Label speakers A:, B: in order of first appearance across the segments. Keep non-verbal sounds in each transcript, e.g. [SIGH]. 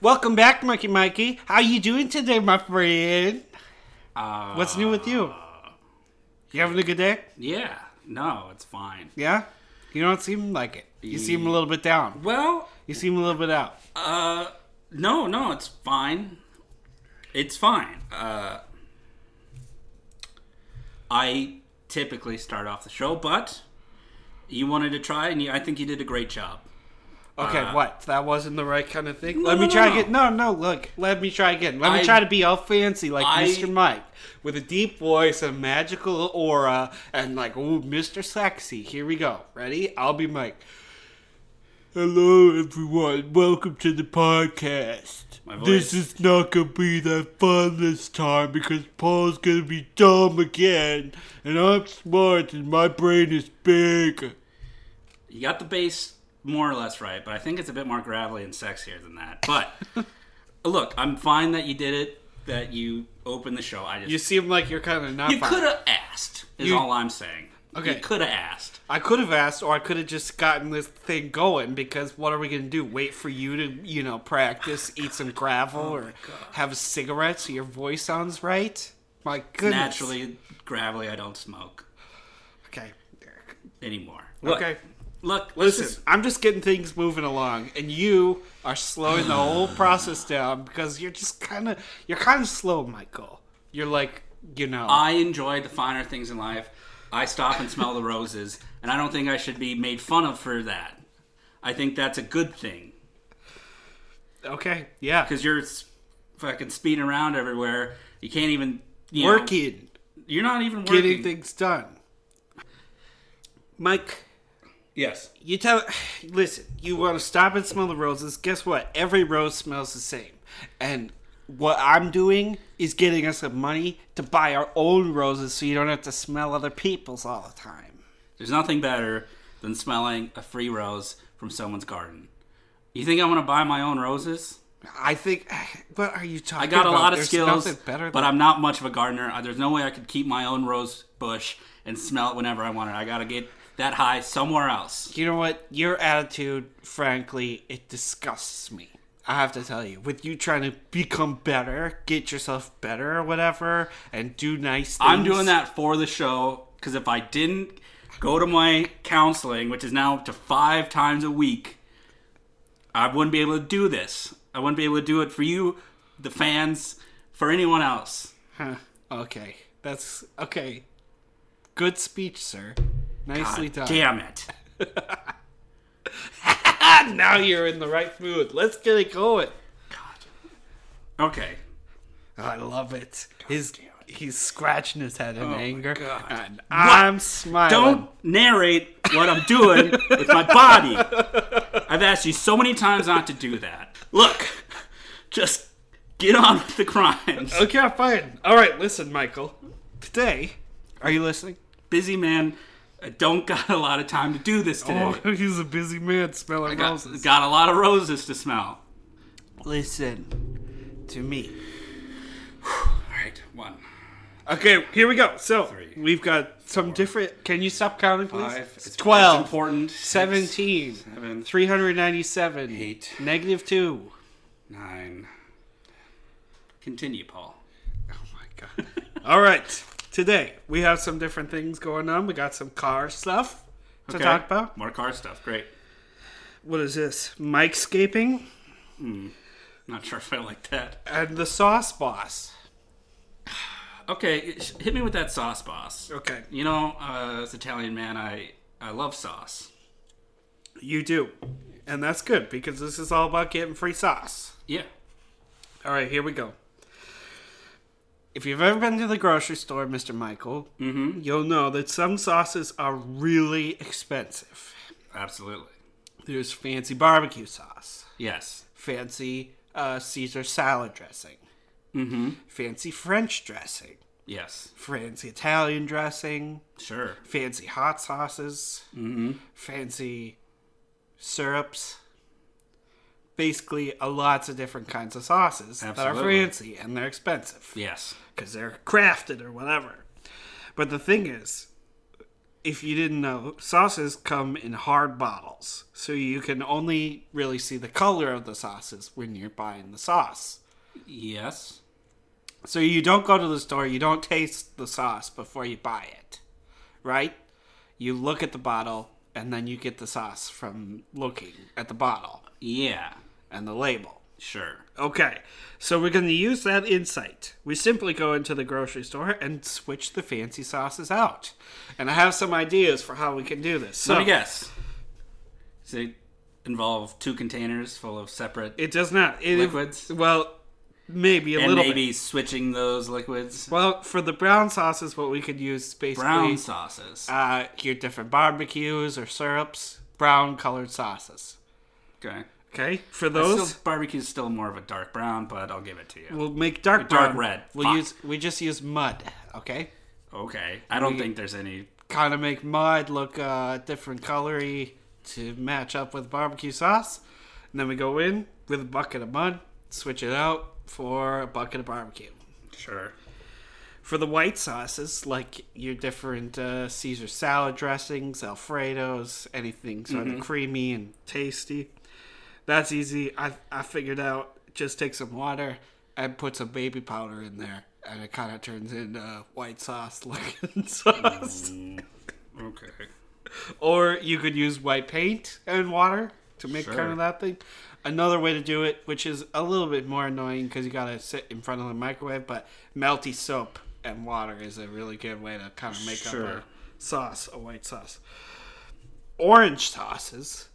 A: Welcome back, Mikey Mikey. How you doing today, my friend?
B: Uh,
A: What's new with you? You having a good day?
B: Yeah. No, it's fine.
A: Yeah? You don't seem like it. You seem a little bit down.
B: Well,
A: You seem a little bit out.
B: uh, no, no, it's fine. It's fine. Uh, I typically start off the show, but you wanted to try, and you, I think you did a great job.
A: Okay, what? That wasn't the right kind of thing.
B: Uh, No,
A: let me
B: no,
A: try
B: no.
A: again. No, no, look. Let me try again. Let
B: I-
A: me try to be all fancy like
B: I-
A: Mr. Mike with a deep voice, a magical aura, and like, ooh, Mr. Sexy. Here we go. Ready? I'll be Mike. Hello, everyone. Welcome to the podcast.
B: My voice.
A: This is not gonna be that fun this time because Paul's gonna be dumb again, and I'm smart, and my brain is big.
B: You got the bass more or less right, but I think it's a bit more gravelly and sexier than that.
A: [LAUGHS]
B: But look, I'm fine that you did it, that you opened the show. I just
A: You seem like you're kind of not.
B: You
A: fine.
B: could have asked, is
A: You-
B: all I'm saying.
A: Okay.
B: You could have asked.
A: I could have asked, or I could have just gotten this thing going because what are we going to do? Wait for you to, you know, practice, eat some
B: Oh
A: gravel, or have a cigarette so your voice sounds right? My goodness.
B: Naturally, gravelly, I don't smoke
A: Okay.
B: anymore. Look,
A: okay.
B: Look,
A: Listen,
B: listen.
A: I'm just getting things moving along, and you are slowing the whole process down because you're just kind of, you're kind of slow, Michael. You're like, you know.
B: I enjoy the finer things in life. I stop and smell
A: [LAUGHS]
B: the roses, and I don't think I should be made fun of for that. I think that's a good thing
A: okay. Yeah.
B: because you're s- fucking speeding around everywhere. You can't even you know,
A: Working.
B: You're not even working.
A: Getting things done. Mike.
B: yes.
A: You tell, [SIGHS] listen, you want to stop and smell the roses. Guess what? Every rose smells the same. And what I'm doing is getting us some money to buy our own roses so you don't have to smell other people's all the time.
B: There's nothing better than smelling a free rose from someone's garden. You think I want to buy my own roses?
A: I think, [SIGHS] what are you talking
B: I got a
A: about?
B: lot of
A: There's
B: skills,
A: nothing better
B: but
A: than-
B: I'm not much of a gardener. Uh, There's no way I could keep my own rose bush and smell it whenever I want it. I gotta get that high somewhere else.
A: You know what? Your attitude, frankly, it disgusts me. I have to tell you, with you trying to become better, get yourself better or whatever, and do nice things.
B: I'm doing that for the show because if I didn't go to my counseling, which is now up to five times a week, I wouldn't be able to do this. I wouldn't be able to do it for you, the fans, for anyone else.
A: Huh. Okay. That's okay. Good speech, sir. Nicely done. [LAUGHS]
B: Damn it.
A: Now you're in the right mood. Let's get it going.
B: Okay.
A: I love it. Oh His he's scratching his head in anger.
B: God.
A: And I'm smiling.
B: Don't narrate what I'm doing with my body. I've asked you so many times not to do that. Look, just get on with the crimes.
A: Okay, fine. All right, listen, Michael. Today, are you listening?
B: Busy man, I don't got a lot of time to do
A: Oh,
B: this today.
A: [LAUGHS] he's a busy man smelling
B: got, got a lot of roses to smell.
A: Listen to me.
B: All right, one,
A: Okay, here we go. So,
B: Three,
A: we've got some different Can you stop counting, please?
B: five, it's- it's
A: 12.
B: important. Six,
A: 17
B: seven,
A: 397
B: Eight.
A: negative 2
B: nine. Continue, Paul.
A: oh my god [LAUGHS] all right today we have some different things going on we got some car stuff to
B: Okay.
A: talk about
B: More car stuff. Great.
A: what is this mikescaping
B: Not sure if I like that.
A: and the sauce boss
B: Okay, sh- hit me with that sauce, boss.
A: okay
B: You know, uh, as Italian man, I I love sauce.
A: you do and that's good because this is all about getting free sauce
B: Yeah.
A: all right here we go if you've ever been to the grocery store mr michael you'll know that some sauces are really expensive
B: Absolutely.
A: There's fancy barbecue sauce,
B: Yes.
A: fancy uh, Caesar salad dressing, mm-hmm. fancy French dressing,
B: Yes.
A: fancy Italian dressing,
B: Sure.
A: fancy hot sauces, mm-hmm. fancy syrups. Basically, uh, lots of different kinds of sauces that are
B: Absolutely.
A: fancy and they're expensive
B: Yes.
A: because they're crafted or whatever. But the thing is, if you didn't know, sauces come in hard bottles, so you can only really see the color of the sauces when you're buying the sauce.
B: Yes.
A: So you don't go to the store, you don't taste the sauce before you buy it, right? You look at the bottle, and then you get the sauce from looking at the bottle
B: Yeah.
A: and the label.
B: Sure.
A: Okay, so we're going to use that insight. We simply go into the grocery store and switch the fancy sauces out. And I have some ideas for how we can do this. So
B: Let me guess. Does it involve two containers full of separate
A: It does not. It,
B: Liquids?
A: well, maybe a
B: and
A: little
B: maybe
A: bit.
B: switching those liquids?
A: Well, for the brown sauces, what we could use is basically
B: Brown sauces.
A: uh, your different barbecues or syrups, brown colored sauces.
B: Okay.
A: Okay, for
B: Still,
A: those
B: barbecue's still more of a dark brown, but I'll give it to you.
A: we'll make dark
B: Dark
A: brown.
B: red.
A: We'll
B: Fuck.
A: use we just use mud. Okay,
B: Okay. I don't think there's any.
A: kind of make mud look uh, different colory to match up with barbecue sauce. And then we go in with a bucket of mud, switch it out for a bucket of barbecue.
B: Sure.
A: for the white sauces, like your different uh, Caesar salad dressings, Alfredos, anything sort of creamy and tasty. That's easy. I I figured out. Just take some water and put some baby powder in there, and it kind of turns into white sauce looking [LAUGHS] sauce.
B: Okay.
A: Or you could use white paint and water to make
B: Sure.
A: kind of that thing. Another way to do it, which is a little bit more annoying because you gotta sit in front of the microwave, but melty soap and water is a really good way to kind of make
B: Sure.
A: up a sauce, a white sauce. Orange sauces,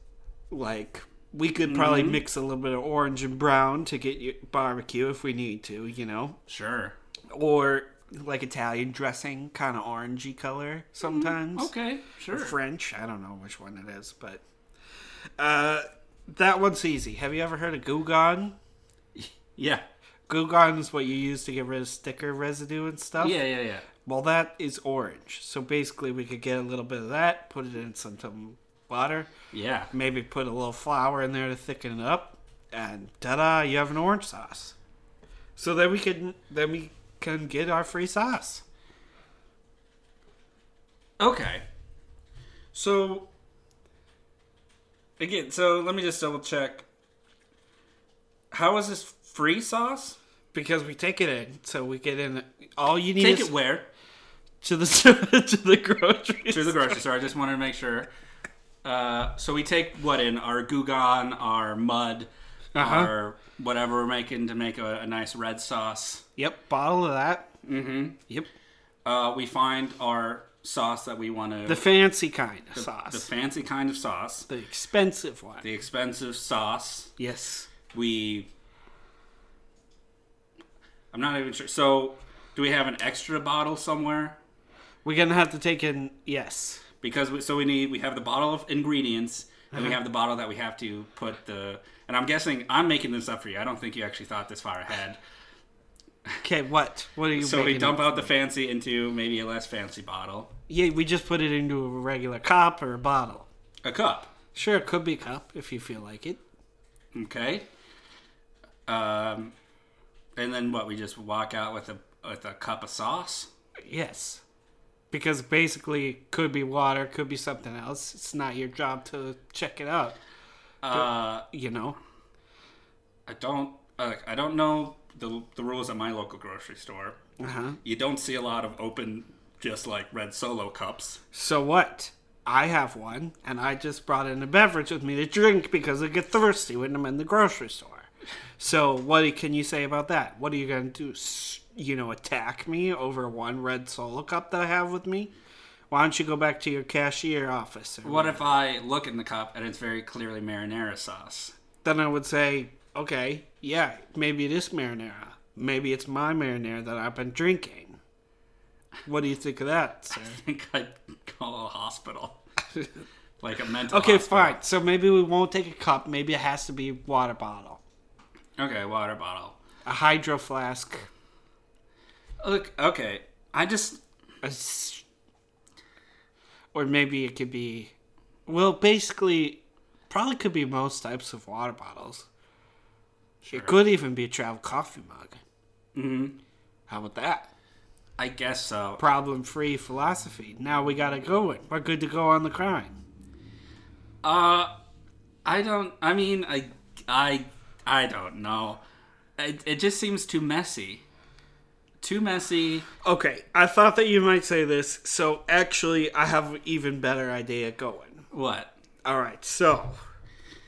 A: like we could probably
B: Mm-hmm.
A: mix a little bit of orange and brown to get your barbecue if we need to, you know,
B: Sure.
A: or like Italian dressing, kind of orangey color sometimes.
B: Okay. Sure.
A: French. I don't know which one it is, but uh, that one's easy. Have you ever heard of Goo Gone?
B: Yeah.
A: Goo Gone is what you use to get rid of sticker residue and stuff.
B: Yeah. Yeah. Yeah.
A: Well, that is orange. So basically, we could get a little bit of that, put it in some, some water,
B: Yeah.
A: maybe put a little flour in there to thicken it up, and ta-da! You have an orange sauce. So then we can then we can get our free sauce.
B: Okay. So again, so let me just double check. How is this free sauce?
A: Because we take it in, so we get in. All you need
B: Take
A: is
B: it where?
A: to the to the [LAUGHS] grocery
B: To the grocery store. I just wanted to make sure. Uh, so we take what in our Gugan, our mud,
A: Uh-huh.
B: our whatever we're making to make a, a nice red sauce.
A: Yep, bottle of that. Mm-hmm. Yep,
B: Uh, we find our sauce that we want to
A: the fancy kind of sauce,
B: the fancy kind of sauce,
A: the expensive one.
B: the expensive sauce.
A: yes,
B: we I'm not even sure. So, do we have an extra bottle somewhere?
A: we're gonna have to take in. Yes,
B: Because we, so we need we have the bottle of ingredients and
A: Uh-huh.
B: we have the bottle that we have to put the and I'm guessing I'm making this up for you. I don't think you actually thought this far ahead.
A: okay. What? What are you?
B: So we
A: making
B: dump
A: up?
B: out the fancy into maybe a less fancy bottle,
A: Yeah, we just put it into a regular cup or a bottle.
B: a cup.
A: Sure, it could be a cup if you feel like it.
B: Okay. Um, and then what? We just walk out with a with a cup of sauce.
A: Yes, because basically it could be water, could be something else. It's not your job to check it out.
B: Uh,
A: You know.
B: I don't uh, I don't know the the rules at my local grocery store.
A: Uh huh.
B: You don't see a lot of open just like red solo cups.
A: So what? I have one, and I just brought in a beverage with me to drink because I get thirsty when I'm in the grocery store. So what can you say about that? What are you going to do? S- You know, attack me over one red solo cup that I have with me? Why don't you go back to your cashier office? Or
B: What if I look in the cup and it's very clearly marinara sauce? [LAUGHS]
A: Then I would say, okay, yeah, maybe it is marinara. Maybe it's my marinara that I've been drinking. What do you think of that, sir?
B: I think I'd call a hospital. like a mental
A: Okay,
B: hospital.
A: fine. So maybe we won't take a cup. Maybe it has to be water bottle.
B: Okay, water bottle.
A: a hydro flask,
B: Look, okay. I just
A: a s- or maybe it could be, well, basically, probably could be most types of water bottles.
B: Sure.
A: It could even be a travel coffee mug.
B: Mhm.
A: How about that?
B: I guess so.
A: Problem free philosophy. Now we got it going. We're good to go on the crime.
B: Uh, I don't. I mean, I, I, I don't know. It, it just seems too messy. Too messy.
A: Okay, I thought that you might say this, so actually, I have an even better idea going.
B: What?
A: All right, so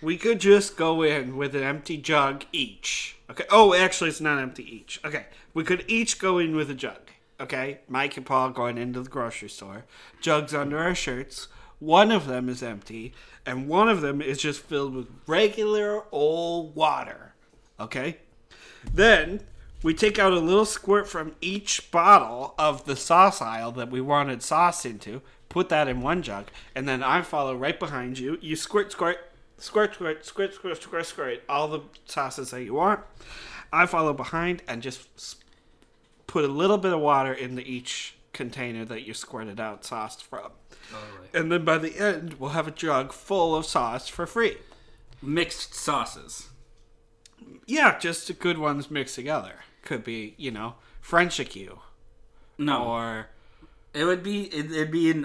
A: we could just go in with an empty jug each. Okay. Oh, actually, it's not empty each. Okay, we could each go in with a jug. Okay, Mike and Paul going into the grocery store. Jugs under our shirts. One of them is empty, and one of them is just filled with regular old water. Okay. Then we take out a little squirt from each bottle of the sauce aisle that we wanted sauce into, put that in one jug, and then I follow right behind you. You squirt, squirt, squirt, squirt, squirt, squirt, squirt, squirt, all the sauces that you want. I follow behind and just s- put a little bit of water into each container that you squirted out sauce from. And then by the end, we'll have a jug full of sauce for free.
B: Mixed sauces.
A: Yeah, just the good ones mixed together. Could be, you know, French acue.
B: No,
A: or
B: it would be it, it'd be an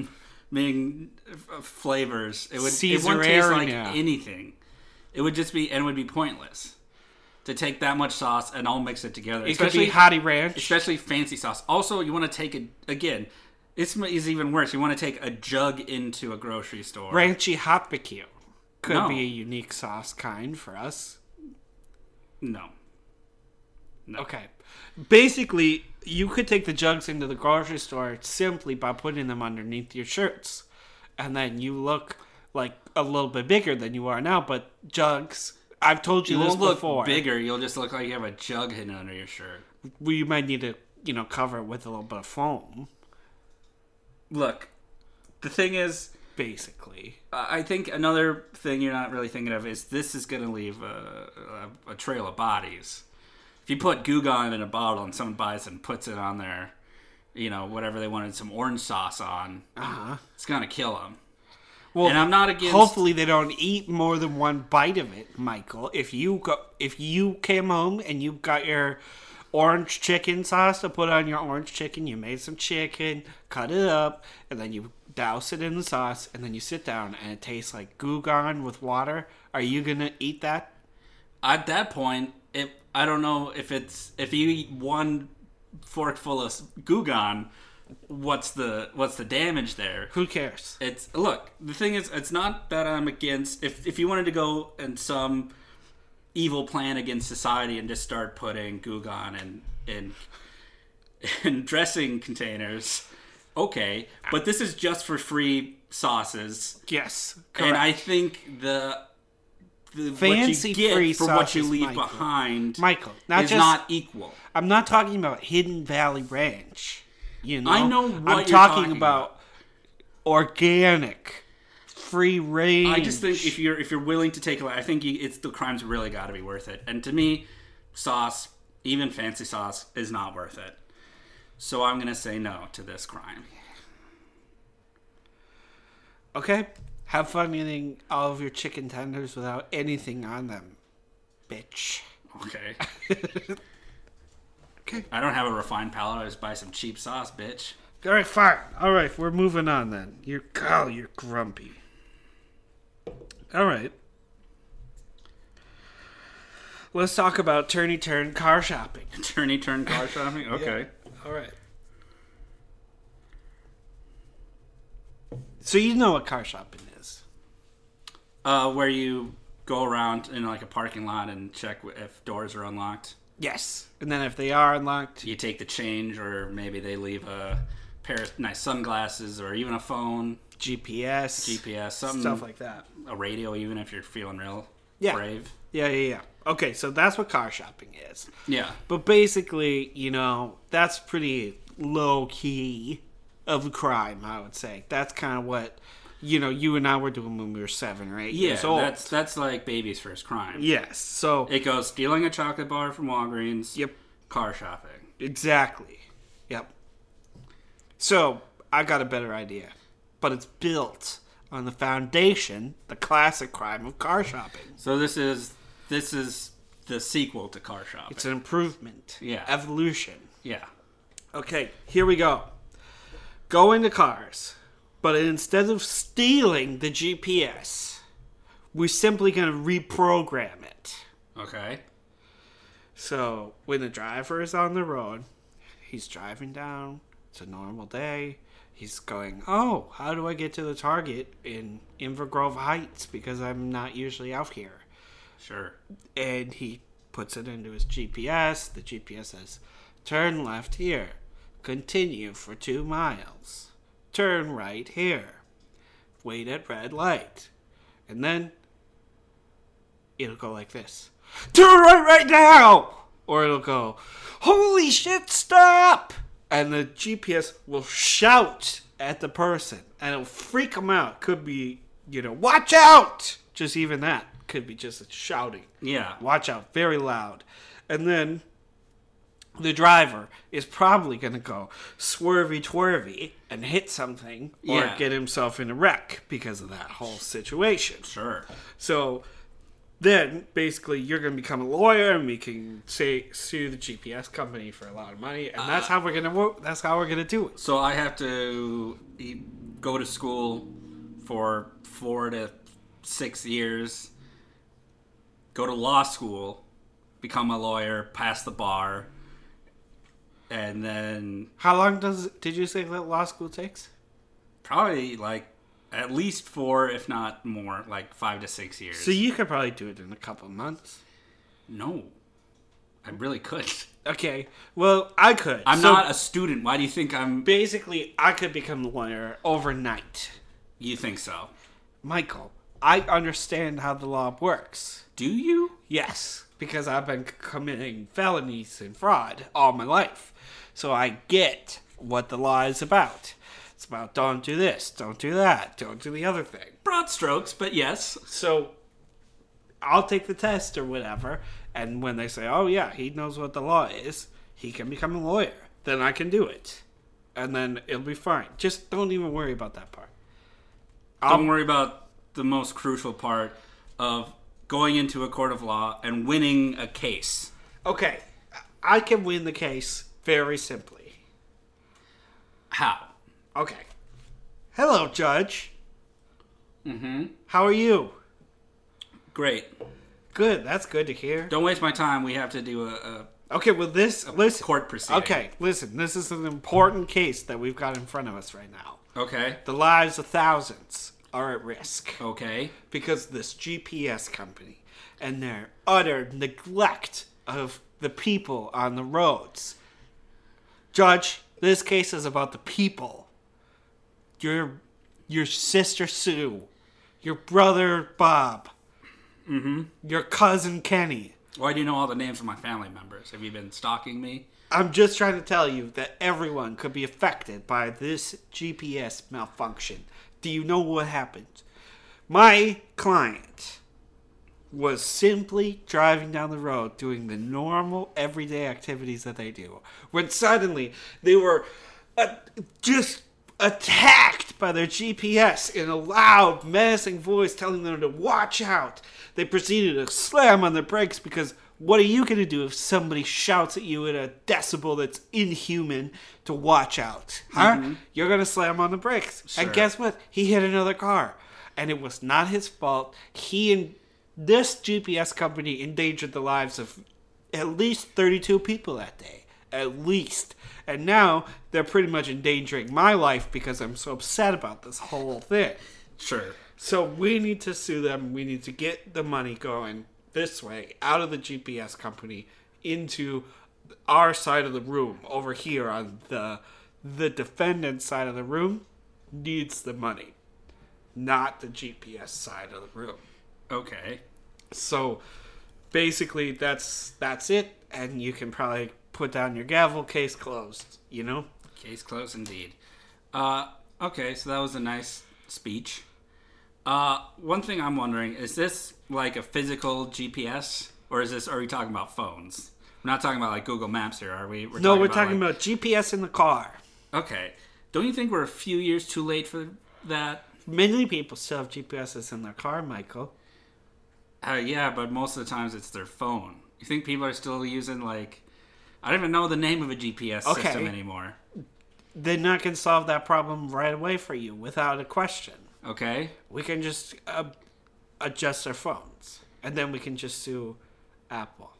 B: overwhelming f- flavors. It would it wouldn't taste like
A: Caesararina.
B: anything. It would just be and it would be pointless to take that much sauce and all mix it together.
A: it could be Hottie Ranch.
B: especially fancy sauce. Also, you want to take it again. This m- is even worse. You want to take a jug into a grocery store.
A: Ranchy Hot Barbecue could
B: No.
A: be a unique sauce kind for us.
B: No.
A: Okay. Basically, you could take the jugs into the grocery store simply by putting them underneath your shirts. And then you look like a little bit bigger than you are now, but jugs. I've told you
B: You
A: this
B: won't look
A: before.
B: bigger. You'll just look like you have a jug hidden under your shirt.
A: We you might need to, you know, cover it with a little bit of foam,
B: Look, the thing is,
A: basically.
B: I I think another thing you're not really thinking of is this is going to leave a, a, a trail of bodies. If you put Goo Gone in a bottle and someone buys it and puts it on their, you know, whatever they wanted, some orange sauce on,
A: Uh-huh.
B: it's going to kill them.
A: Well,
B: And I'm not against.
A: Hopefully they don't eat more than one bite of it, Michael. If you go, if you came home and you got your orange chicken sauce to put on your orange chicken, you made some chicken, cut it up, and then you douse it in the sauce, and then you sit down and it tastes like goo gone with water. Are you gonna eat that?
B: at that point, it I don't know if it's if you eat one forkful of Gugon, what's the what's the damage there?
A: Who cares?
B: It's look, the thing is it's not that I'm against if if you wanted to go and some evil plan against society and just start putting Gugon and [LAUGHS] and and dressing containers, okay, but this is just for free sauces.
A: Yes,
B: And
A: correct.
B: I think the the
A: Fancy
B: what you get
A: free
B: for what you
A: sauces,
B: leave
A: Michael.
B: behind
A: Michael, not
B: is
A: just-
B: not equal.
A: I'm not talking about Hidden Valley Ranch. You know,
B: I know what
A: I'm
B: you're
A: talking,
B: talking
A: about, organic, free range.
B: I just think if you're if you're willing to take a lot, I think you, it's the crime's really got to be worth it. And to me, sauce, even fancy sauce, is not worth it. So I'm gonna say no to this crime.
A: Okay. Have fun eating all of your chicken tenders without anything on them, bitch. [LAUGHS]
B: Okay. okay. I don't have a refined palate. I just buy some cheap sauce, bitch. [LAUGHS]
A: All right, fine. All right, we're moving on then. You're, God, you're grumpy. All right. Let's talk about turny turn car shopping.
B: Attorney
A: [LAUGHS]
B: turned car shopping. Okay.
A: All right. So you know what car shopping is.
B: Uh, where you go around in like a parking lot and check w- if doors are unlocked.
A: Yes. And then if they are unlocked,
B: You take the change, or maybe they leave a pair of nice sunglasses, or even a phone,
A: GPS,
B: GPS, something,
A: stuff like that.
B: a radio, even if you're feeling real
A: Yeah.
B: brave.
A: Yeah, yeah, yeah. Okay, so that's what car shopping is.
B: Yeah,
A: But basically, you know, that's pretty low key of crime, I would say. That's kind of what, you know, you and I were doing when we were seven or eight
B: yeah.
A: years old.
B: That's that's like baby's first crime.
A: Yes. So,
B: It goes stealing a chocolate bar from Walgreens.
A: yep.
B: Car shopping.
A: Exactly. Yep. So I got a better idea, but it's built on the foundation, the classic crime of car shopping.
B: So this is this is the sequel to car shopping.
A: It's an improvement.
B: Yeah.
A: Evolution.
B: yeah.
A: Okay, here we go. Go into cars, but instead of stealing the GPS, we're simply going to reprogram it.
B: Okay.
A: So when the driver is on the road, he's driving down. It's a normal day. He's going, oh, how do I get to the Target in Invergrove Heights because I'm not usually out here?
B: Sure.
A: and he puts it into his GPS. The GPS says, "Turn left here, continue for two miles, turn right here, wait at red light," and then it'll go like this: "Turn right right now," or it'll go, "Holy shit, stop!" And the GPS will shout at the person, and it'll freak them out. Could be, you know, watch out. Just even that could be just shouting
B: Yeah.
A: watch out very loud and then the driver is probably going to go swervy twirvy and hit something or
B: Yeah.
A: get himself in a wreck because of that whole situation
B: Sure.
A: so then basically you're going to become a lawyer and we can say sue the gps company for a lot of money and
B: Uh.
A: that's how we're going to work that's how we're going to do it
B: So I have to e- go to school for four to six years, go to law school, become a lawyer, pass the bar, and then
A: how long does did you say that law school takes
B: probably like at least four, if not more, like five to six years.
A: so you could probably do it in a couple of months
B: no, I really could.
A: okay well i could
B: I'm
A: So-
B: not a student. Why do you think I'm?
A: basically I could become a lawyer overnight.
B: You think so?
A: Michael, I understand how the law works.
B: Do you?
A: Yes, because I've been c- committing felonies and fraud all my life. So I get what the law is about. It's about don't do this, don't do that, don't do the other thing.
B: Broad strokes, but yes.
A: So I'll take the test or whatever, and when they say, "Oh yeah, he knows what the law is, he can become a lawyer," then I can do it, and then it'll be fine. Just don't even worry about that part.
B: Don't worry about the most crucial part of going into a court of law and winning a case.
A: Okay, I can win the case very simply.
B: How?
A: Okay, hello, judge. Mm-hmm. How are you?
B: Great.
A: Good. That's good to hear.
B: Don't waste my time. We have to do a, a
A: Okay, well this listen.
B: court proceeding.
A: Okay, listen. This is an important case that we've got in front of us right now.
B: Okay.
A: The lives of thousands are at risk
B: Okay.
A: because of this GPS company and their utter neglect of the people on the roads. Judge, this case is about the people. Your your sister Sue, your brother Bob, mm-hmm. your cousin Kenny.
B: Why do you know all the names of my family members? Have you been stalking me?
A: I'm just trying to tell you that everyone could be affected by this GPS malfunction. Do you know what happened? My client was simply driving down the road doing the normal everyday activities that they do when suddenly they were uh, just attacked by their GPS in a loud, menacing voice telling them to watch out. They proceeded to slam on their brakes because what are you going to do if somebody shouts at you at a decibel that's inhuman to watch out? Huh? You're going to slam on the brakes. And
B: Sure.
A: guess what? He hit another car. And it was not his fault. He and this GPS company endangered the lives of at least 32 people that day. At least. And now they're pretty much endangering my life because I'm so upset about this whole thing.
B: Sure.
A: So we need to sue them. We need to get the money going this way out of the GPS company into our side of the room over here on the the defendant side of the room needs the money, not the GPS side of the room.
B: Okay.
A: So basically that's that's it and you can probably put down your gavel case closed, you know?
B: Case closed indeed. Uh, okay, so that was a nice speech. Uh, one thing I'm wondering is this like a physical GPS, or is this? Are we talking about phones? We're not talking about like Google Maps here, are we? We're
A: No, we're talking about GPS in the car.
B: about. Okay, don't you think we're a few years too late for that?
A: Many people still have GPSs in their car, Michael.
B: Uh, yeah, but most of the times it's their phone. You think people are still using like? I don't even know the name of a GPS
A: Okay.
B: system anymore.
A: Then I can solve that problem right away for you without a question.
B: Okay.
A: We can just uh, adjust our phones, and then we can just sue Apple.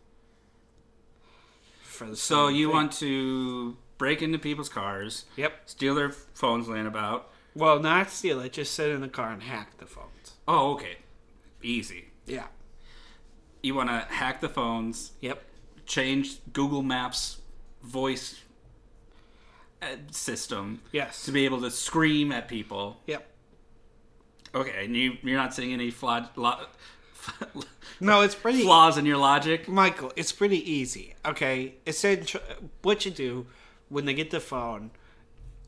A: For the
B: So
A: same
B: you
A: thing.
B: want to break into people's cars,
A: Yep.
B: steal their phones, land about.
A: Well, not steal it. Just sit in the car and hack the phones.
B: Oh, okay. Easy.
A: Yeah.
B: You want to hack the phones,
A: Yep.
B: change Google Maps voice uh, system
A: Yes.
B: to be able to scream at people.
A: Yep.
B: Okay, and you, you're not seeing any flawed, lo- [LAUGHS]
A: No, it's pretty.
B: flaws in your logic.
A: Michael, it's pretty easy. Okay, essential. What you do when they get the phone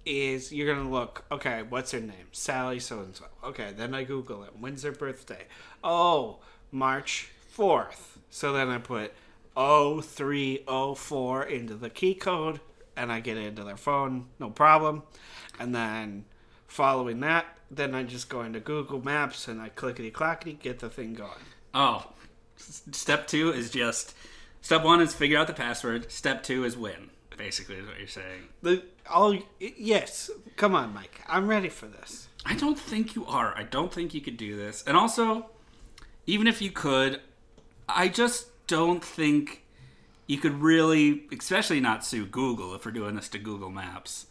A: is you're gonna look. Okay, what's her name? Sally so and so. Okay, then I Google it. When's her birthday? Oh, March fourth. So then I put 0304 into the key code, and I get into their phone, no problem. And then following that, then I just go into Google Maps and I clickety clackety get the thing going.
B: Oh, S- step two is just step one is figure out the password. Step two is win. Basically, is what you're saying.
A: The all yes. Come on, Mike. I'm ready for this.
B: I don't think you are. I don't think you could do this. And also, even if you could, I just don't think you could really, especially not sue Google if we're doing this to Google Maps.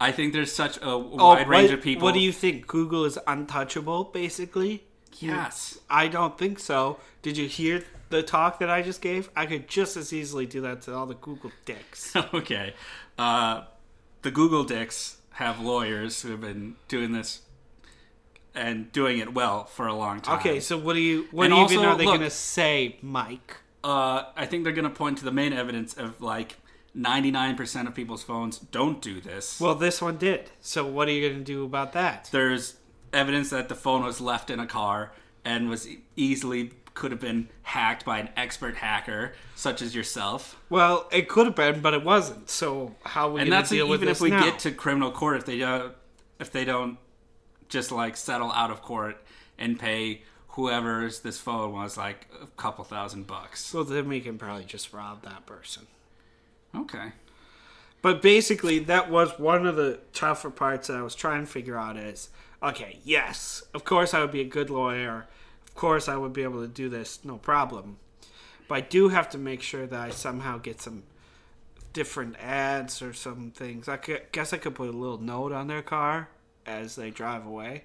B: I think there's such a wide range
A: Oh, what,
B: of people.
A: What do you think? Google is untouchable, basically.
B: Yes.
A: I don't think so. Did you hear the talk that I just gave? I could just as easily do that to all the Google dicks.
B: [LAUGHS] okay. Uh, the Google dicks have lawyers who have been doing this and doing it well for a long time.
A: Okay, so what do you? What
B: And
A: even
B: also,
A: are they
B: look-
A: gonna say, Mike?
B: uh, I think they're going to point to the main evidence of like 99% of people's phones don't do this.
A: Well, this one did. So what are you gonna do about that?
B: There's evidence that the phone was left in a car and was e- easily could have been hacked by an expert hacker such as yourself.
A: Well, it could have been, but it wasn't. So how are we
B: And
A: gonna
B: that's
A: deal with
B: even
A: this
B: if we
A: now?
B: get to criminal court if they don't if they don't just like settle out of court and pay whoever's this phone was like a couple thousand bucks.
A: so then we can probably just rob that person.
B: Okay.
A: But basically, that was one of the tougher parts that I was trying to figure out is okay, yes, of course I would be a good lawyer. Of course I would be able to do this, no problem. But I do have to make sure that I somehow get some different ads or some things. I could, guess I could put a little note on their car as they drive away.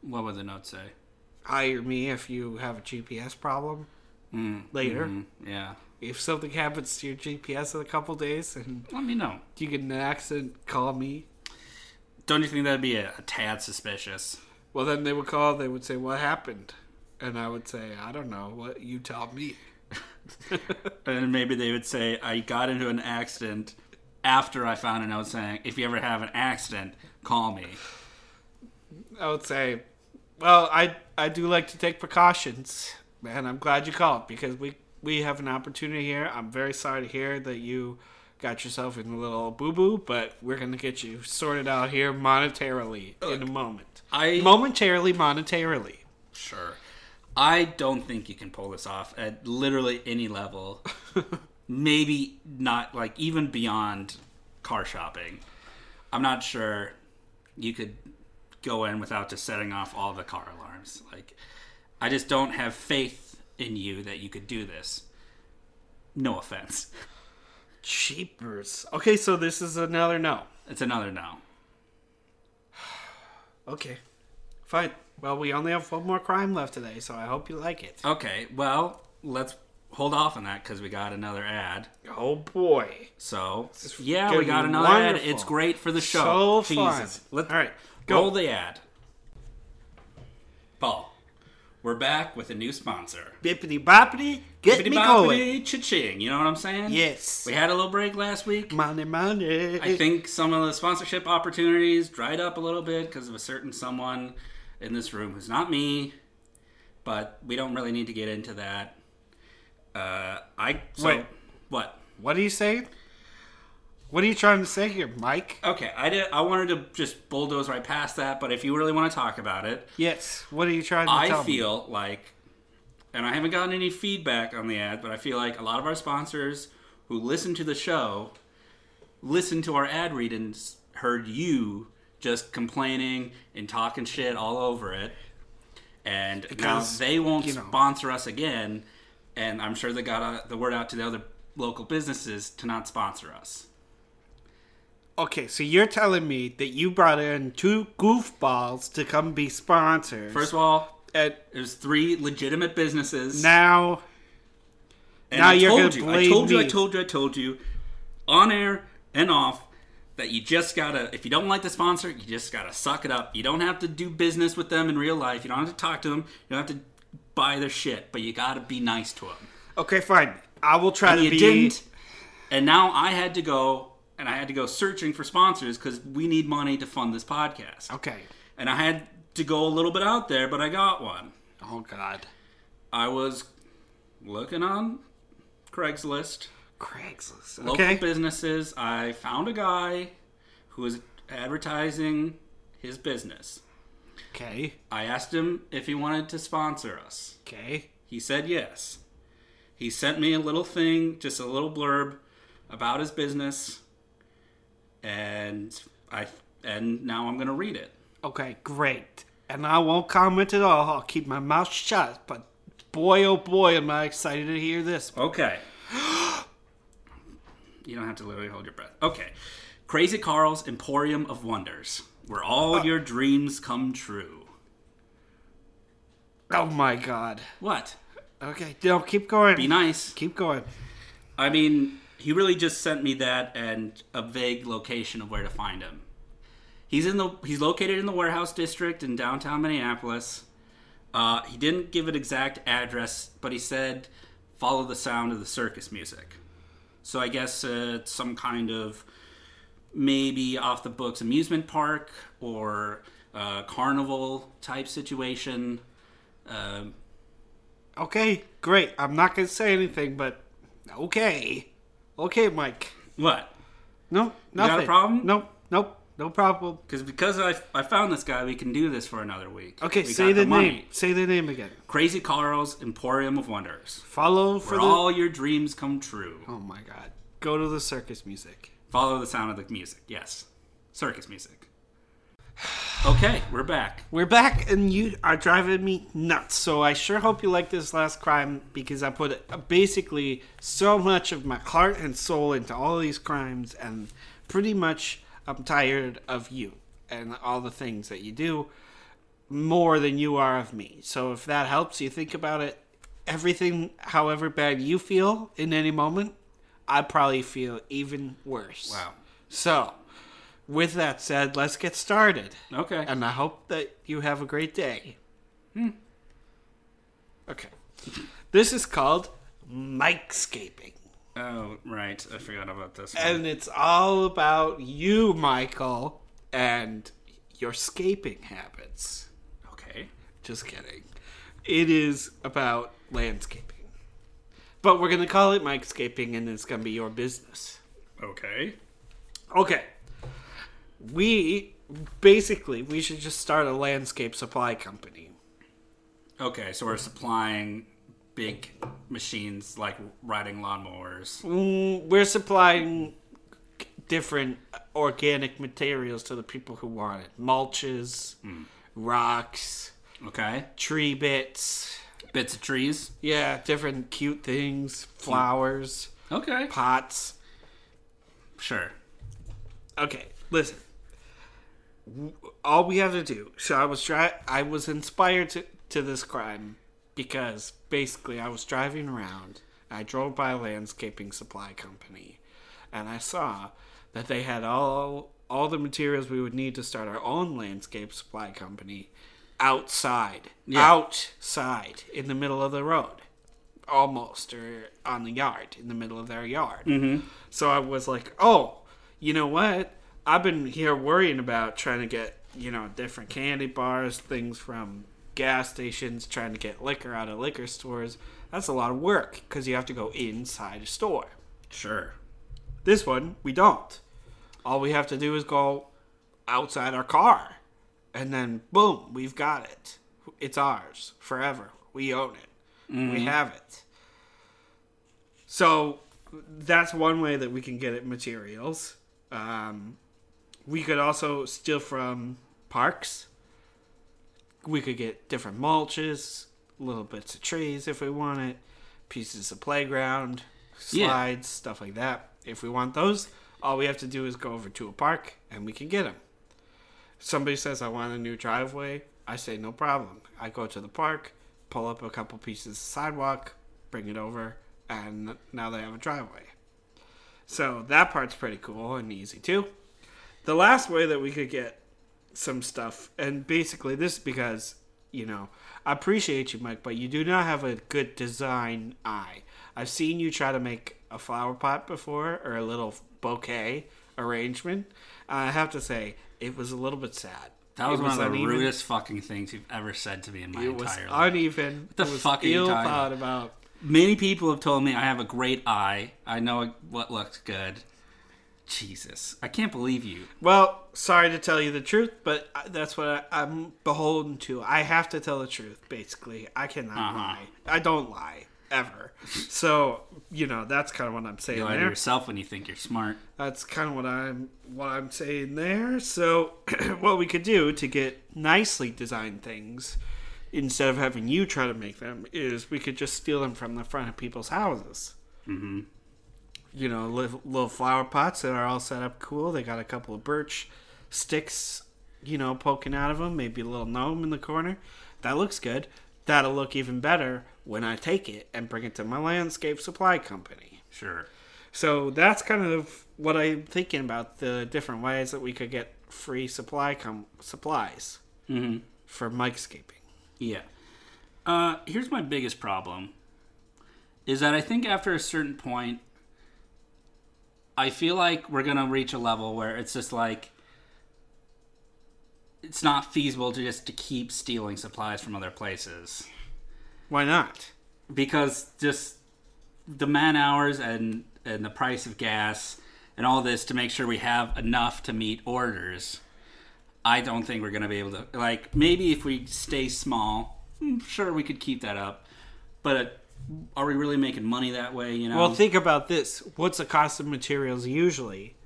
B: What would the note say?
A: Hire me if you have a GPS problem later.
B: Mm, yeah.
A: If something happens to your GPS in a couple days and
B: Let me know.
A: you get in an accident, call me.
B: Don't you think that'd be a, a tad suspicious?
A: Well, then they would call. They would say, "What happened?" And I would say, "I don't know. What you tell me."
B: And maybe they would say, I got into an accident after I found a note saying, if you ever have an accident, call me.
A: I would say, "Well, I I do like to take precautions, and I'm glad you called because we we have an opportunity here. I'm very sorry to hear that you got yourself in a little boo boo, but we're gonna get you sorted out here monetarily in a moment.
B: I.
A: Momentarily, monetarily.
B: sure. I don't think you can pull this off at literally any level. maybe not, like, even beyond car shopping. I'm not sure you could go in without just setting off all the car alarms. Like, I just don't have faith in you that you could do this. No offense.
A: Cheapers. Okay, so this is another no.
B: It's another no.
A: Okay, fine. Well, we only have one more crime left today, so I hope you like it.
B: Okay, well, let's hold off on that because we got another ad.
A: Oh boy.
B: So yeah,
A: gonna
B: we got
A: be
B: another ad.
A: wonderful.
B: It's great for the
A: So
B: show.
A: fun.
B: Let's
A: All right, go.
B: roll the ad. Paul, we're back with a new sponsor.
A: Bippity boppity, get me going.
B: Bippity-boppity, Cha-ching. You know what I'm saying?
A: Yes.
B: We had a little break last week.
A: Money, money.
B: I think some of the sponsorship opportunities dried up a little bit because of a certain someone in this room who's not me, but we don't really need to get into that. Uh, I so,
A: Wait.
B: what?
A: What are you saying? What are you trying to say here, Mike?
B: Okay, I did. I wanted to just bulldoze right past that, but if you really want to talk about it,
A: Yes. What are you trying to tell
B: I
A: me?
B: feel like, and I haven't gotten any feedback on the ad, but I feel like a lot of our sponsors who listened to the show, listened to our ad read, and s- heard you just complaining and talking shit all over it. And
A: Because,
B: now they won't
A: you know.
B: sponsor us again. And I'm sure they got uh, the word out to the other local businesses to not sponsor us.
A: Okay, so you're telling me that you brought in two goofballs to come be sponsors.
B: First of all,
A: and
B: there's three legitimate businesses.
A: now
B: And
A: Now
B: I
A: you're
B: told
A: gonna
B: you,
A: blame
B: I told you, I
A: me.
B: told you, I told you, on air and off, that you just gotta. If you don't like the sponsor, you just gotta suck it up. You don't have to do business with them in real life. You don't have to talk to them. You don't have to buy their shit, but you gotta be nice to them.
A: Okay, fine. I will try to
B: You
A: be
B: didn't, and now I had to go and I had to go searching for sponsors because we need money to fund this podcast.
A: Okay.
B: And I had to go a little bit out there, but I got one.
A: Oh god.
B: I was looking on Craigslist.
A: Craigslist.
B: local
A: Okay.
B: businesses. I found a guy who was advertising his business.
A: Okay.
B: I asked him if he wanted to sponsor us.
A: Okay.
B: He said yes. He sent me a little thing, just a little blurb about his business, and I and now I'm gonna read it.
A: Okay, great. And I won't comment at all. I'll keep my mouth shut, but boy oh boy am I excited to hear this.
B: Okay. you don't have to literally hold your breath. Okay. Crazy Carl's Emporium of Wonders, where all your dreams come true.
A: Oh my god.
B: What?
A: Okay, no, keep going.
B: Be nice.
A: Keep going.
B: I mean, he really just sent me that and a vague location of where to find him. He's in the he's located in the warehouse district in downtown Minneapolis. Uh, he didn't give an exact address, but he said follow the sound of the circus music. So I guess uh, it's some kind of maybe off the books amusement park or uh, carnival type situation. Um
A: Okay, great. I'm not gonna say anything, but okay. Okay, Mike.
B: what?
A: No,
B: got
A: nothing.
B: a problem?
A: Nope, nope, no problem.
B: Because because I, I found this guy, we can do this for another week.
A: Okay,
B: We
A: say
B: got
A: the,
B: money.
A: name. Say the name again.
B: Crazy Carl's Emporium of Wonders,
A: Follow for
B: where
A: the
B: all your dreams come true.
A: Oh my god. Go to the circus music.
B: Follow the sound of the music. Yes, circus music. [SIGHS] Okay, we're back.
A: We're back and you are driving me nuts. So I sure hope you like this last crime because I put uh, basically so much of my heart and soul into all these crimes and pretty much I'm tired of you and all the things that you do more than you are of me. So if that helps you think about it, everything however bad you feel in any moment, I probably feel even worse.
B: Wow.
A: So, with that said, let's get started.
B: Okay.
A: And I hope that you have a great day. Hmm. Okay. This is called Mikescaping.
B: oh right, I forgot about this. One.
A: And it's all about you, Michael, and your scaping habits.
B: okay.
A: Just kidding. It is about landscaping. But we're going to call it Mikescaping, and it's going to be your business.
B: Okay.
A: Okay. We basically we should just start a landscape supply company.
B: Okay. So we're supplying big machines like riding lawnmowers.
A: Mm, we're supplying different organic materials to the people who want it. Mulches, rocks,
B: Okay.
A: tree bits.
B: Bits of trees.
A: Yeah, different cute things, flowers,
B: Okay.
A: pots.
B: Sure.
A: Okay, listen. W- All we have to do. So I was dri- I was inspired to, to this crime because basically I was driving around. I drove by a landscaping supply company, and I saw that they had all all the materials we would need to start our own landscape supply company outside, outside in the middle of the road, almost or on the yard in the middle of their yard. So I was like, oh, you know what? I've been here worrying about trying to get, you know, different candy bars, things from gas stations, trying to get liquor out of liquor stores. That's a lot of work because you have to go inside a store.
B: Sure.
A: This one, we don't. All we have to do is go outside our car. And then, boom, we've got it. It's ours forever. We own it. We have it. So that's one way that we can get at materials. Um, we could also steal from parks. We could get different mulches, little bits of trees if we want it, pieces of playground,
B: Yeah.
A: slides, stuff like that. If we want those, all we have to do is go over to a park and we can get them. Somebody says, I want a new driveway. I say, no problem. I go to the park, pull up a couple pieces of sidewalk, bring it over, and now they have a driveway. So that part's pretty cool and easy too. The last way that we could get some stuff, and basically this is because, you know, I appreciate you, Mike, but you do not have a good design eye. I've seen you try to make a flower pot before or a little bouquet arrangement. I have to say, it was a little bit sad.
B: That was,
A: It
B: one of the
A: uneven.
B: rudest fucking things you've ever said to me in my
A: It was
B: entire life.
A: uneven. What
B: the
A: it was
B: fuck are you
A: ill
B: talking
A: thought about.
B: Many people have told me I have a great eye. I know what looks good. Jesus, I can't believe you.
A: Well, sorry to tell you the truth, but I- that's what I, I'm beholden to. I have to tell the truth, basically. I cannot lie. I don't lie ever. so you know that's kind of what I'm saying
B: You lie to
A: there.
B: yourself when you think you're smart.
A: That's kind of what I'm what I'm saying there. So [CLEARS THROAT] what we could do to get nicely designed things instead of having you try to make them is we could just steal them from the front of people's houses. you know, li- little flower pots that are all set up cool. They got a couple of birch sticks, you know, poking out of them. Maybe a little gnome in the corner. That looks good. That'll look even better when I take it and bring it to my landscape supply company.
B: Sure.
A: So that's kind of what I'm thinking about the different ways that we could get free supply com- supplies Mm-hmm. for Mikescaping.
B: Yeah. Uh, here's my biggest problem is that I think after a certain point, I feel like we're going to reach a level where it's just like, it's not feasible to just to keep stealing supplies from other places
A: Why not?
B: because just the man hours and and the price of gas and all this to make sure we have enough to meet orders. I don't think we're going to be able to like maybe if we stay small, mm, sure we could keep that up. But uh, are we really making money that way, you know?
A: Well, think about this. What's the cost of materials usually?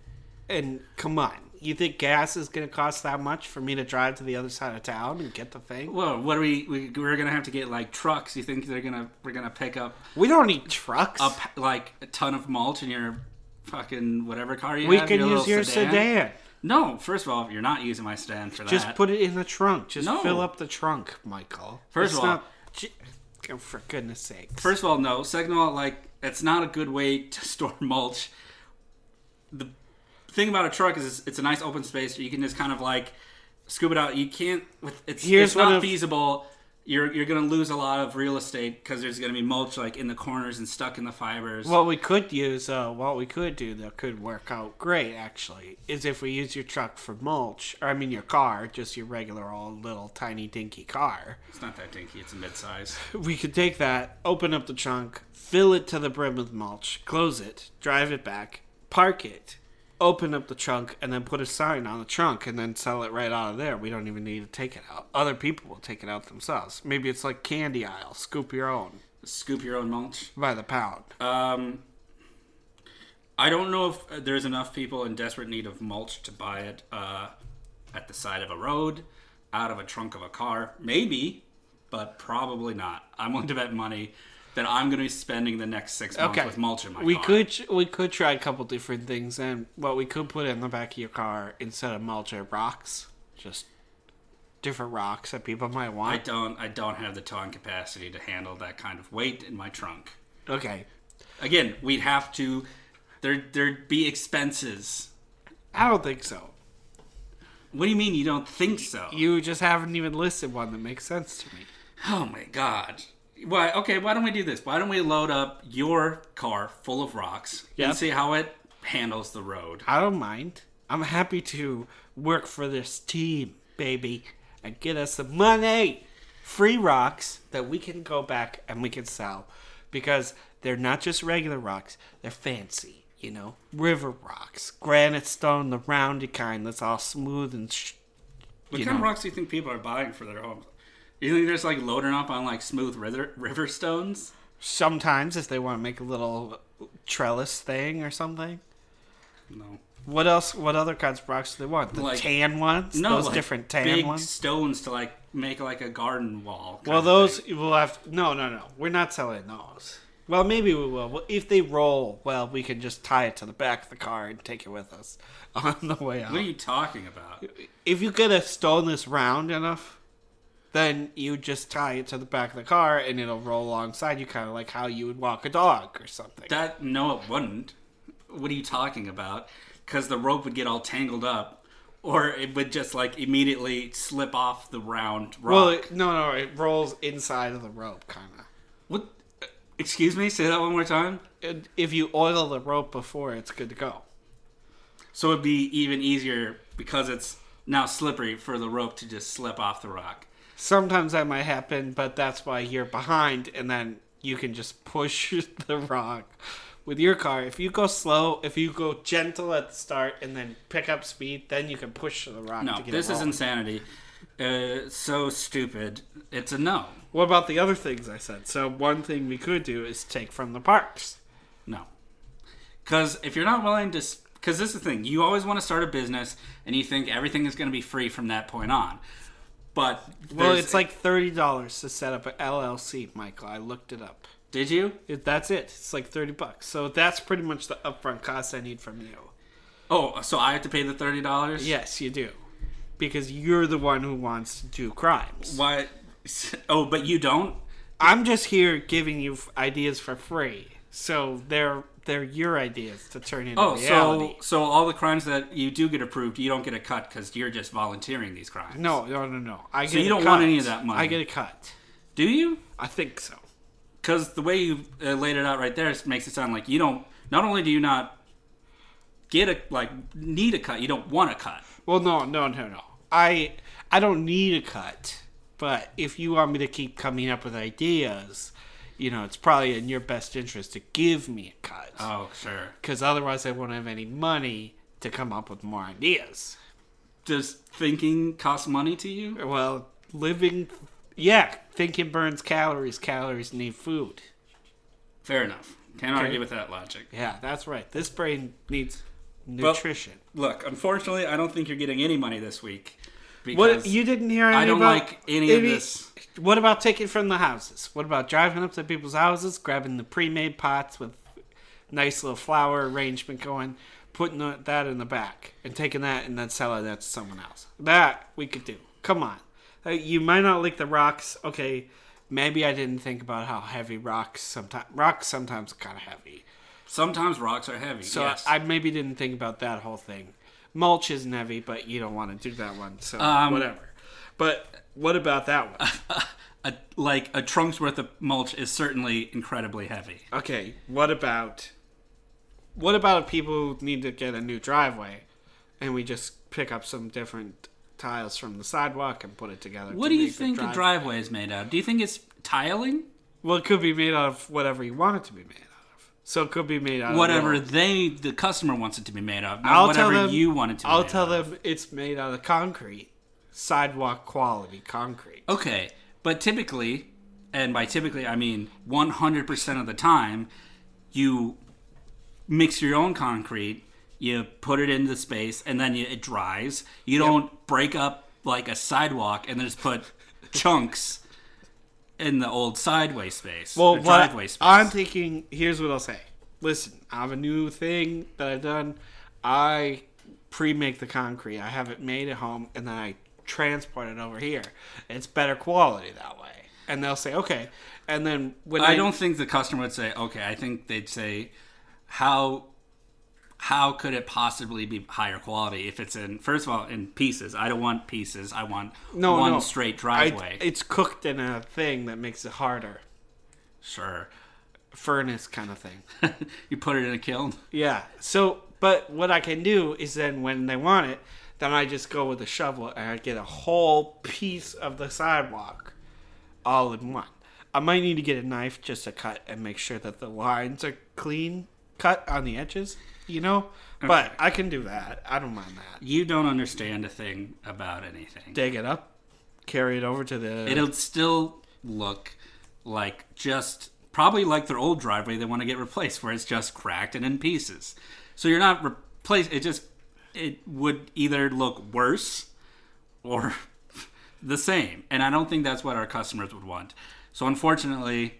A: And come on, you think gas is going to cost that much for me to drive to the other side of town and get the thing?
B: Well, what are we, we we're going to have to get like trucks. You think they're going to we're going to pick up
A: We don't need trucks.
B: a, p- like a ton of mulch in your fucking whatever car you
A: we
B: have?
A: can
B: little
A: use your sedan.
B: No, first of all, you're not using my stand for
A: Just
B: that.
A: put it in the trunk. Just
B: No.
A: fill up the trunk, Michael.
B: First
A: It's
B: of all-
A: not- j- oh, for goodness sake.
B: First of all, no. Second of all, like it's not a good way to [LAUGHS] store mulch. The thing about a truck is it's a nice open space. You can just kind of like scoop it out. You can't. With, it's
A: Here's
B: it's
A: what
B: not
A: I've-
B: feasible. You're you're gonna lose a lot of real estate because there's gonna be mulch like in the corners and stuck in the fibers.
A: What we could use, uh, what we could do that could work out great actually, is if we use your truck for mulch, or I mean your car, just your regular old little tiny dinky car.
B: it's not that dinky. It's a mid-size.
A: We could take that, open up the trunk, fill it to the brim with mulch, close it, drive it back, park it, open up the trunk, and then put a sign on the trunk and then sell it right out of there. We don't even need to take it out. Other people will take it out themselves. Maybe it's like candy aisle, scoop your own
B: Scoop your own mulch.
A: by the pound.
B: Um, I don't know if uh, there's enough people in desperate need of mulch to buy it uh, at the side of a road, out of a trunk of a car. Maybe, but probably not. I'm willing to bet money that I'm going to be spending the next six months
A: Okay.
B: with mulch in my
A: we
B: car.
A: could we could try a couple different things and what we could put in the back of your car instead of mulch are rocks. Just different rocks that people might
B: I
A: want.
B: don't. I don't have the towing capacity to handle that kind of weight in my trunk.
A: okay.
B: Again, we'd have to. There, there'd be expenses.
A: I don't think so.
B: What do you mean you don't think so?
A: You just haven't even listed one that makes sense to me.
B: Oh my god. Why? Okay, why don't we do this? Why don't we load up your car full of rocks
A: Yeah.
B: and see how it handles the road?
A: I don't mind. I'm happy to work for this team, baby, and get us some money. Free rocks that we can go back and we can sell because they're not just regular rocks, they're fancy, you know? River rocks, granite stone, the roundy kind that's all smooth and sh-
B: What
A: you
B: kind of
A: know.
B: rocks do you think people are buying for their homes? Do you think they're just like loading up on like smooth river, river stones?
A: sometimes if they want to make a little trellis thing or something?
B: No.
A: What else? What other kinds of rocks do they want? The
B: Like-
A: tan ones?
B: No,
A: those
B: like,
A: different tan
B: big
A: ones.
B: stones to like make like a garden wall. kind
A: Well,
B: of
A: those
B: thing.
A: we'll have. No, no, no. We're not selling those. Well, maybe we will. Well, if they roll, well, we can just tie it to the back of the car and take it with us [LAUGHS] on the way out.
B: What are you talking about?
A: if you get a stone that's round enough, then you just tie it to the back of the car and it'll roll alongside you, kind of like how you would walk a dog or something.
B: That no, it wouldn't. What are you talking about? Because the rope would get all tangled up, or it would just like immediately slip off the round rock.
A: well, it, no, no, it rolls inside of the rope, kind of.
B: what? Excuse me. Say that one more time.
A: And if you oil the rope before, it's good to go.
B: So it'd be even easier because it's now slippery for the rope to just slip off the rock.
A: Sometimes that might happen, but that's why you're behind, and then you can just push [LAUGHS] the rock with your car. If you go slow, if you go gentle at the start, and then pick up speed, then you can push the rock.
B: No,
A: to get
B: this
A: it
B: is
A: rolling.
B: insanity. Uh, so stupid. It's a no.
A: What about the other things I said? So one thing we could do is take from the parks.
B: No. Because if you're not willing to, because this is the thing, you always want to start a business and you think everything is going to be free from that point on. But
A: Well,
B: there's-
A: it's like thirty dollars to set up an LLC, Michael. I looked it up.
B: did you?
A: It, that's it. It's like thirty bucks. So that's pretty much the upfront cost I need from you.
B: Oh, so I have to pay the thirty dollars?
A: Yes, you do, because you're the one who wants to do crimes.
B: Why? [LAUGHS] Oh, but you don't.
A: I'm just here giving you f- ideas for free. So they're they're your ideas to turn into
B: Oh,
A: reality.
B: so so all the crimes that you do get approved, you don't get a cut because you're just volunteering these crimes.
A: no, no, no, no. I get
B: you
A: a
B: don't
A: cut.
B: want any of that money.
A: I get a cut.
B: do you?
A: I think so.
B: because the way you uh, laid it out right there s- makes it sound like you don't. Not only do you not get a like need a cut, you don't want a cut.
A: Well, no, no, no, no. I I don't need a cut, but if you want me to keep coming up with ideas, you know, it's probably in your best interest to give me a cut
B: Oh, sure.
A: because otherwise I won't have any money to come up with more ideas.
B: Does thinking cost money to you?
A: Well, living, yeah, thinking burns calories. Calories need food.
B: Fair enough. Can't argue with that logic.
A: Yeah, that's right. This brain needs nutrition.
B: Look, unfortunately, I don't think you're getting any money this week. Because
A: what you didn't hear? Any
B: I don't
A: about
B: like any of this.
A: What about taking from the houses? What about driving up to people's houses, grabbing the pre-made pots with nice little flower arrangement going, putting the- that in the back, and taking that and then selling that to someone else? That we could do. Come on, Uh, you might not like the rocks. Okay, maybe I didn't think about how heavy rocks sometimes rocks sometimes kind of heavy.
B: Sometimes rocks are heavy.
A: So
B: yes.
A: I maybe didn't think about that whole thing. Mulch isn't heavy, but you don't want to do that one. So
B: Um,
A: whatever. But what about that
B: [LAUGHS]
A: one?
B: [LAUGHS] a, like a trunk's worth of mulch is certainly incredibly heavy.
A: Okay, what about what about if people need to get a new driveway and we just pick up some different tiles from the sidewalk and put it together?
B: What
A: to
B: do you
A: make the
B: think a
A: drive-
B: driveway is made out of? Do you think it's tiling?
A: Well, it could be made out of whatever you want it to be made out of. So it could be made out
B: whatever
A: of
B: they the customer wants it to be made of, not
A: Uh, I'll
B: whatever
A: tell them-
B: you want it to be
A: I'll
B: made
A: tell
B: of.
A: them it's made out of concrete, sidewalk quality concrete.
B: Okay. But typically and by typically I mean one hundred percent of the time, you mix your own concrete, you put it in the space, and then you, it dries. You don't break up like a sidewalk and then just put chunks in the old sideways space.
A: Well,
B: or
A: what
B: driveway space.
A: I'm thinking, here's what I'll say. Listen, I have a new thing that I've done. I pre-make the concrete. I have it made at home, and then I transport it over here. It's better quality that way. And they'll say, okay. And then when
B: I don't think the customer would say, "Okay." I think they'd say, "How how could it possibly be higher quality if it's in first of all in pieces? I don't want pieces. I want
A: no,
B: one
A: no.
B: straight
A: I-
B: driveway.
A: it's cooked in a thing that makes it harder,
B: sure,
A: furnace kind of thing.
B: you put it in a kiln.
A: Yeah. So, but what I can do is then when they want it, then I just go with a shovel and I get a whole piece of the sidewalk all in one. I might need to get a knife just to cut and make sure that the lines are clean cut on the edges, you know? But I can do that. I don't mind that.
B: You don't understand a thing about anything.
A: Dig it up, carry it over to the.
B: It'll still look like just probably like their old driveway they want to get replaced where it's just cracked and in pieces. So you're not replace it just it would either look worse or [LAUGHS] the same. And I don't think that's what our customers would want. So unfortunately,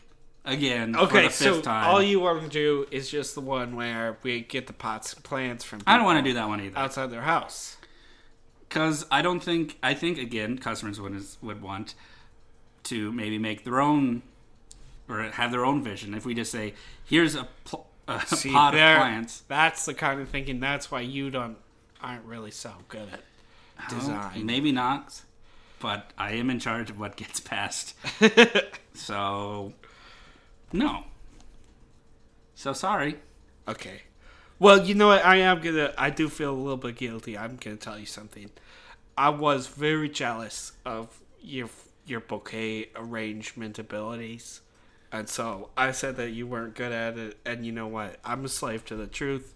B: again, for
A: Okay,
B: the fifth
A: so
B: time,
A: all you want to do is just the one where we get the pots and plants from
B: I don't want to do that one either.
A: outside their house.
B: because I don't think I think again customers would would want to maybe make their own or have their own vision. If we just say here's a, pl- a [LAUGHS]
A: See,
B: pot
A: there-
B: of plants,
A: That's the kind of thinking. That's why you don't aren't really so good at
B: Well,
A: design.
B: maybe not, but I am in charge of what gets
A: [LAUGHS]
B: [LAUGHS] passed. so no, so sorry.
A: Okay. Well, you know what? I am gonna. I do feel a little bit guilty. I'm gonna tell you something. I was very jealous of your your bouquet arrangement abilities, and so I said that you weren't good at it. And you know what? I'm a slave to the truth.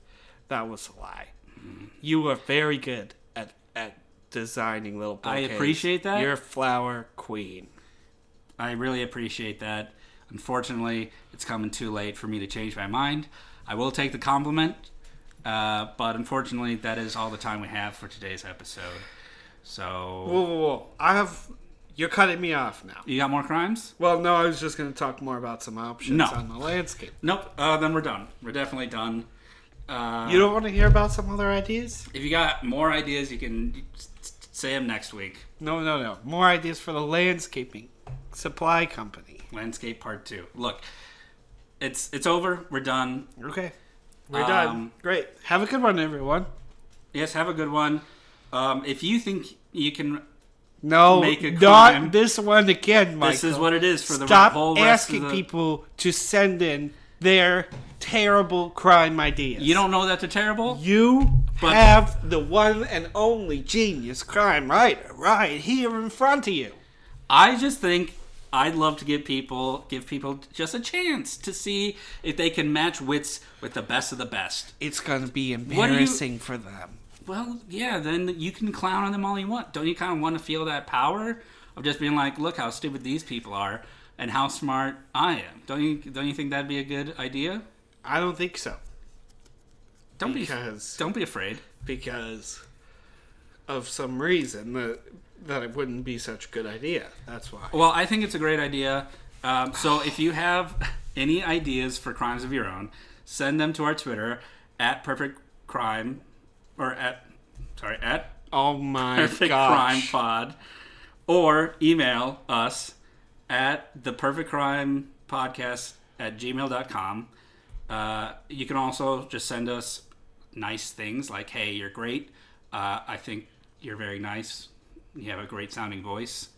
A: That was a lie.
B: Mm-hmm.
A: You were very good at at designing little.
B: I
A: Bouquets.
B: appreciate that.
A: You're a flower queen.
B: I really appreciate that. Unfortunately, it's coming too late for me to change my mind. I will take the compliment, uh, but unfortunately, that is all the time we have for today's episode. So,
A: Whoa, whoa, whoa! I have. You're cutting me off now.
B: you got more crimes?
A: Well, no, I was just going to talk more about some options
B: No.
A: on the landscape.
B: Nope. Uh, then we're done. We're definitely done. Uh,
A: You don't want to hear about some other ideas?
B: if you got more ideas, you can s- s- say them next week.
A: No, no, no. More ideas for the landscaping supply company.
B: Landscape Part Two. Look, it's it's over. We're done.
A: Okay. We're
B: Um,
A: done. Great. Have a good one, everyone.
B: Yes, have a good one. Um, if you think you can
A: No,
B: Make a crime.
A: not this one again, Michael.
B: This is what it is for the
A: Stop
B: whole rest
A: asking
B: of the-
A: people to send in their terrible crime ideas.
B: You don't know that's a terrible.
A: You
B: But-
A: have the one and only genius crime writer right here in front of you.
B: I just think I'd love to give people give people just a chance to see if they can match wits with the best of the best.
A: It's gonna be
B: do you-
A: embarrassing for them.
B: Well, yeah, then you can clown on them all you want. Don't you kind of want to feel that power of just being like, look how stupid these people are and how smart I am. Don't you don't you think that'd be a good idea?
A: I don't think so.
B: Don't
A: Because-
B: be don't be afraid.
A: because of some reason that that it wouldn't be such a good idea. That's why.
B: Well, I think it's a great idea. Um, so if you have any ideas for crimes of your own, send them to our Twitter at Perfect Crime or at sorry at
A: Oh my
B: Perfect Crime
A: gosh.
B: Pod, or email us at the Perfect Crime Podcast at gmail.com. Uh, you can also just send us nice things like, hey, you're great. Uh, I think you're very nice. You have a great sounding voice.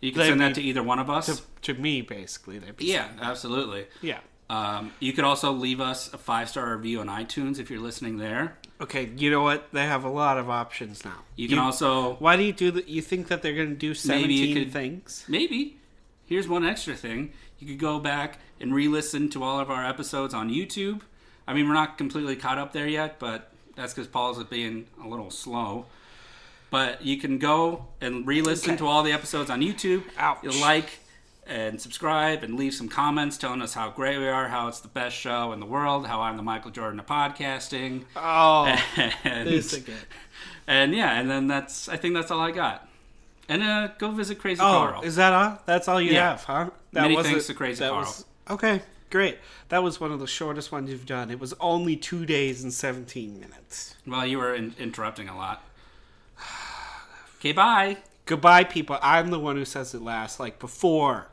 B: You can
A: They
B: send that
A: need
B: to either one of us.
A: To me, basically, they'd be
B: yeah, absolutely.
A: yeah.
B: Um, you could also leave us a five star review on iTunes if you're listening there.
A: Okay, you know what? They have a lot of options now.
B: You can also
A: Why do you do that? You think that they're going to do
B: Maybe you
A: seventeen [LAUGHS]
B: could-
A: things?
B: Maybe. Here's one extra thing. You could go back and re listen to all of our episodes on YouTube. I mean, we're not completely caught up there yet, but that's because Paul's being a little slow. But you can go and re listen
A: Okay.
B: to all the episodes on YouTube.
A: Ouch.
B: You like and subscribe and leave some comments telling us how great we are, how it's the best show in the world, how I'm the Michael Jordan of podcasting.
A: Oh,
B: And-
A: this again.
B: and yeah, and then that's, I think that's all I got. And uh, go visit Crazy
A: Oh,
B: Carl.
A: is that all? That's all you
B: Yeah.
A: have, huh? That
B: Many
A: wasn't-
B: thanks to Crazy
A: that
B: Carl.
A: was- okay, great. That was one of the shortest ones you've done. It was only two days and seventeen minutes.
B: Well, you were in- interrupting a lot. [SIGHS] Okay, bye.
A: Goodbye, people. I'm the one who says it last, like before.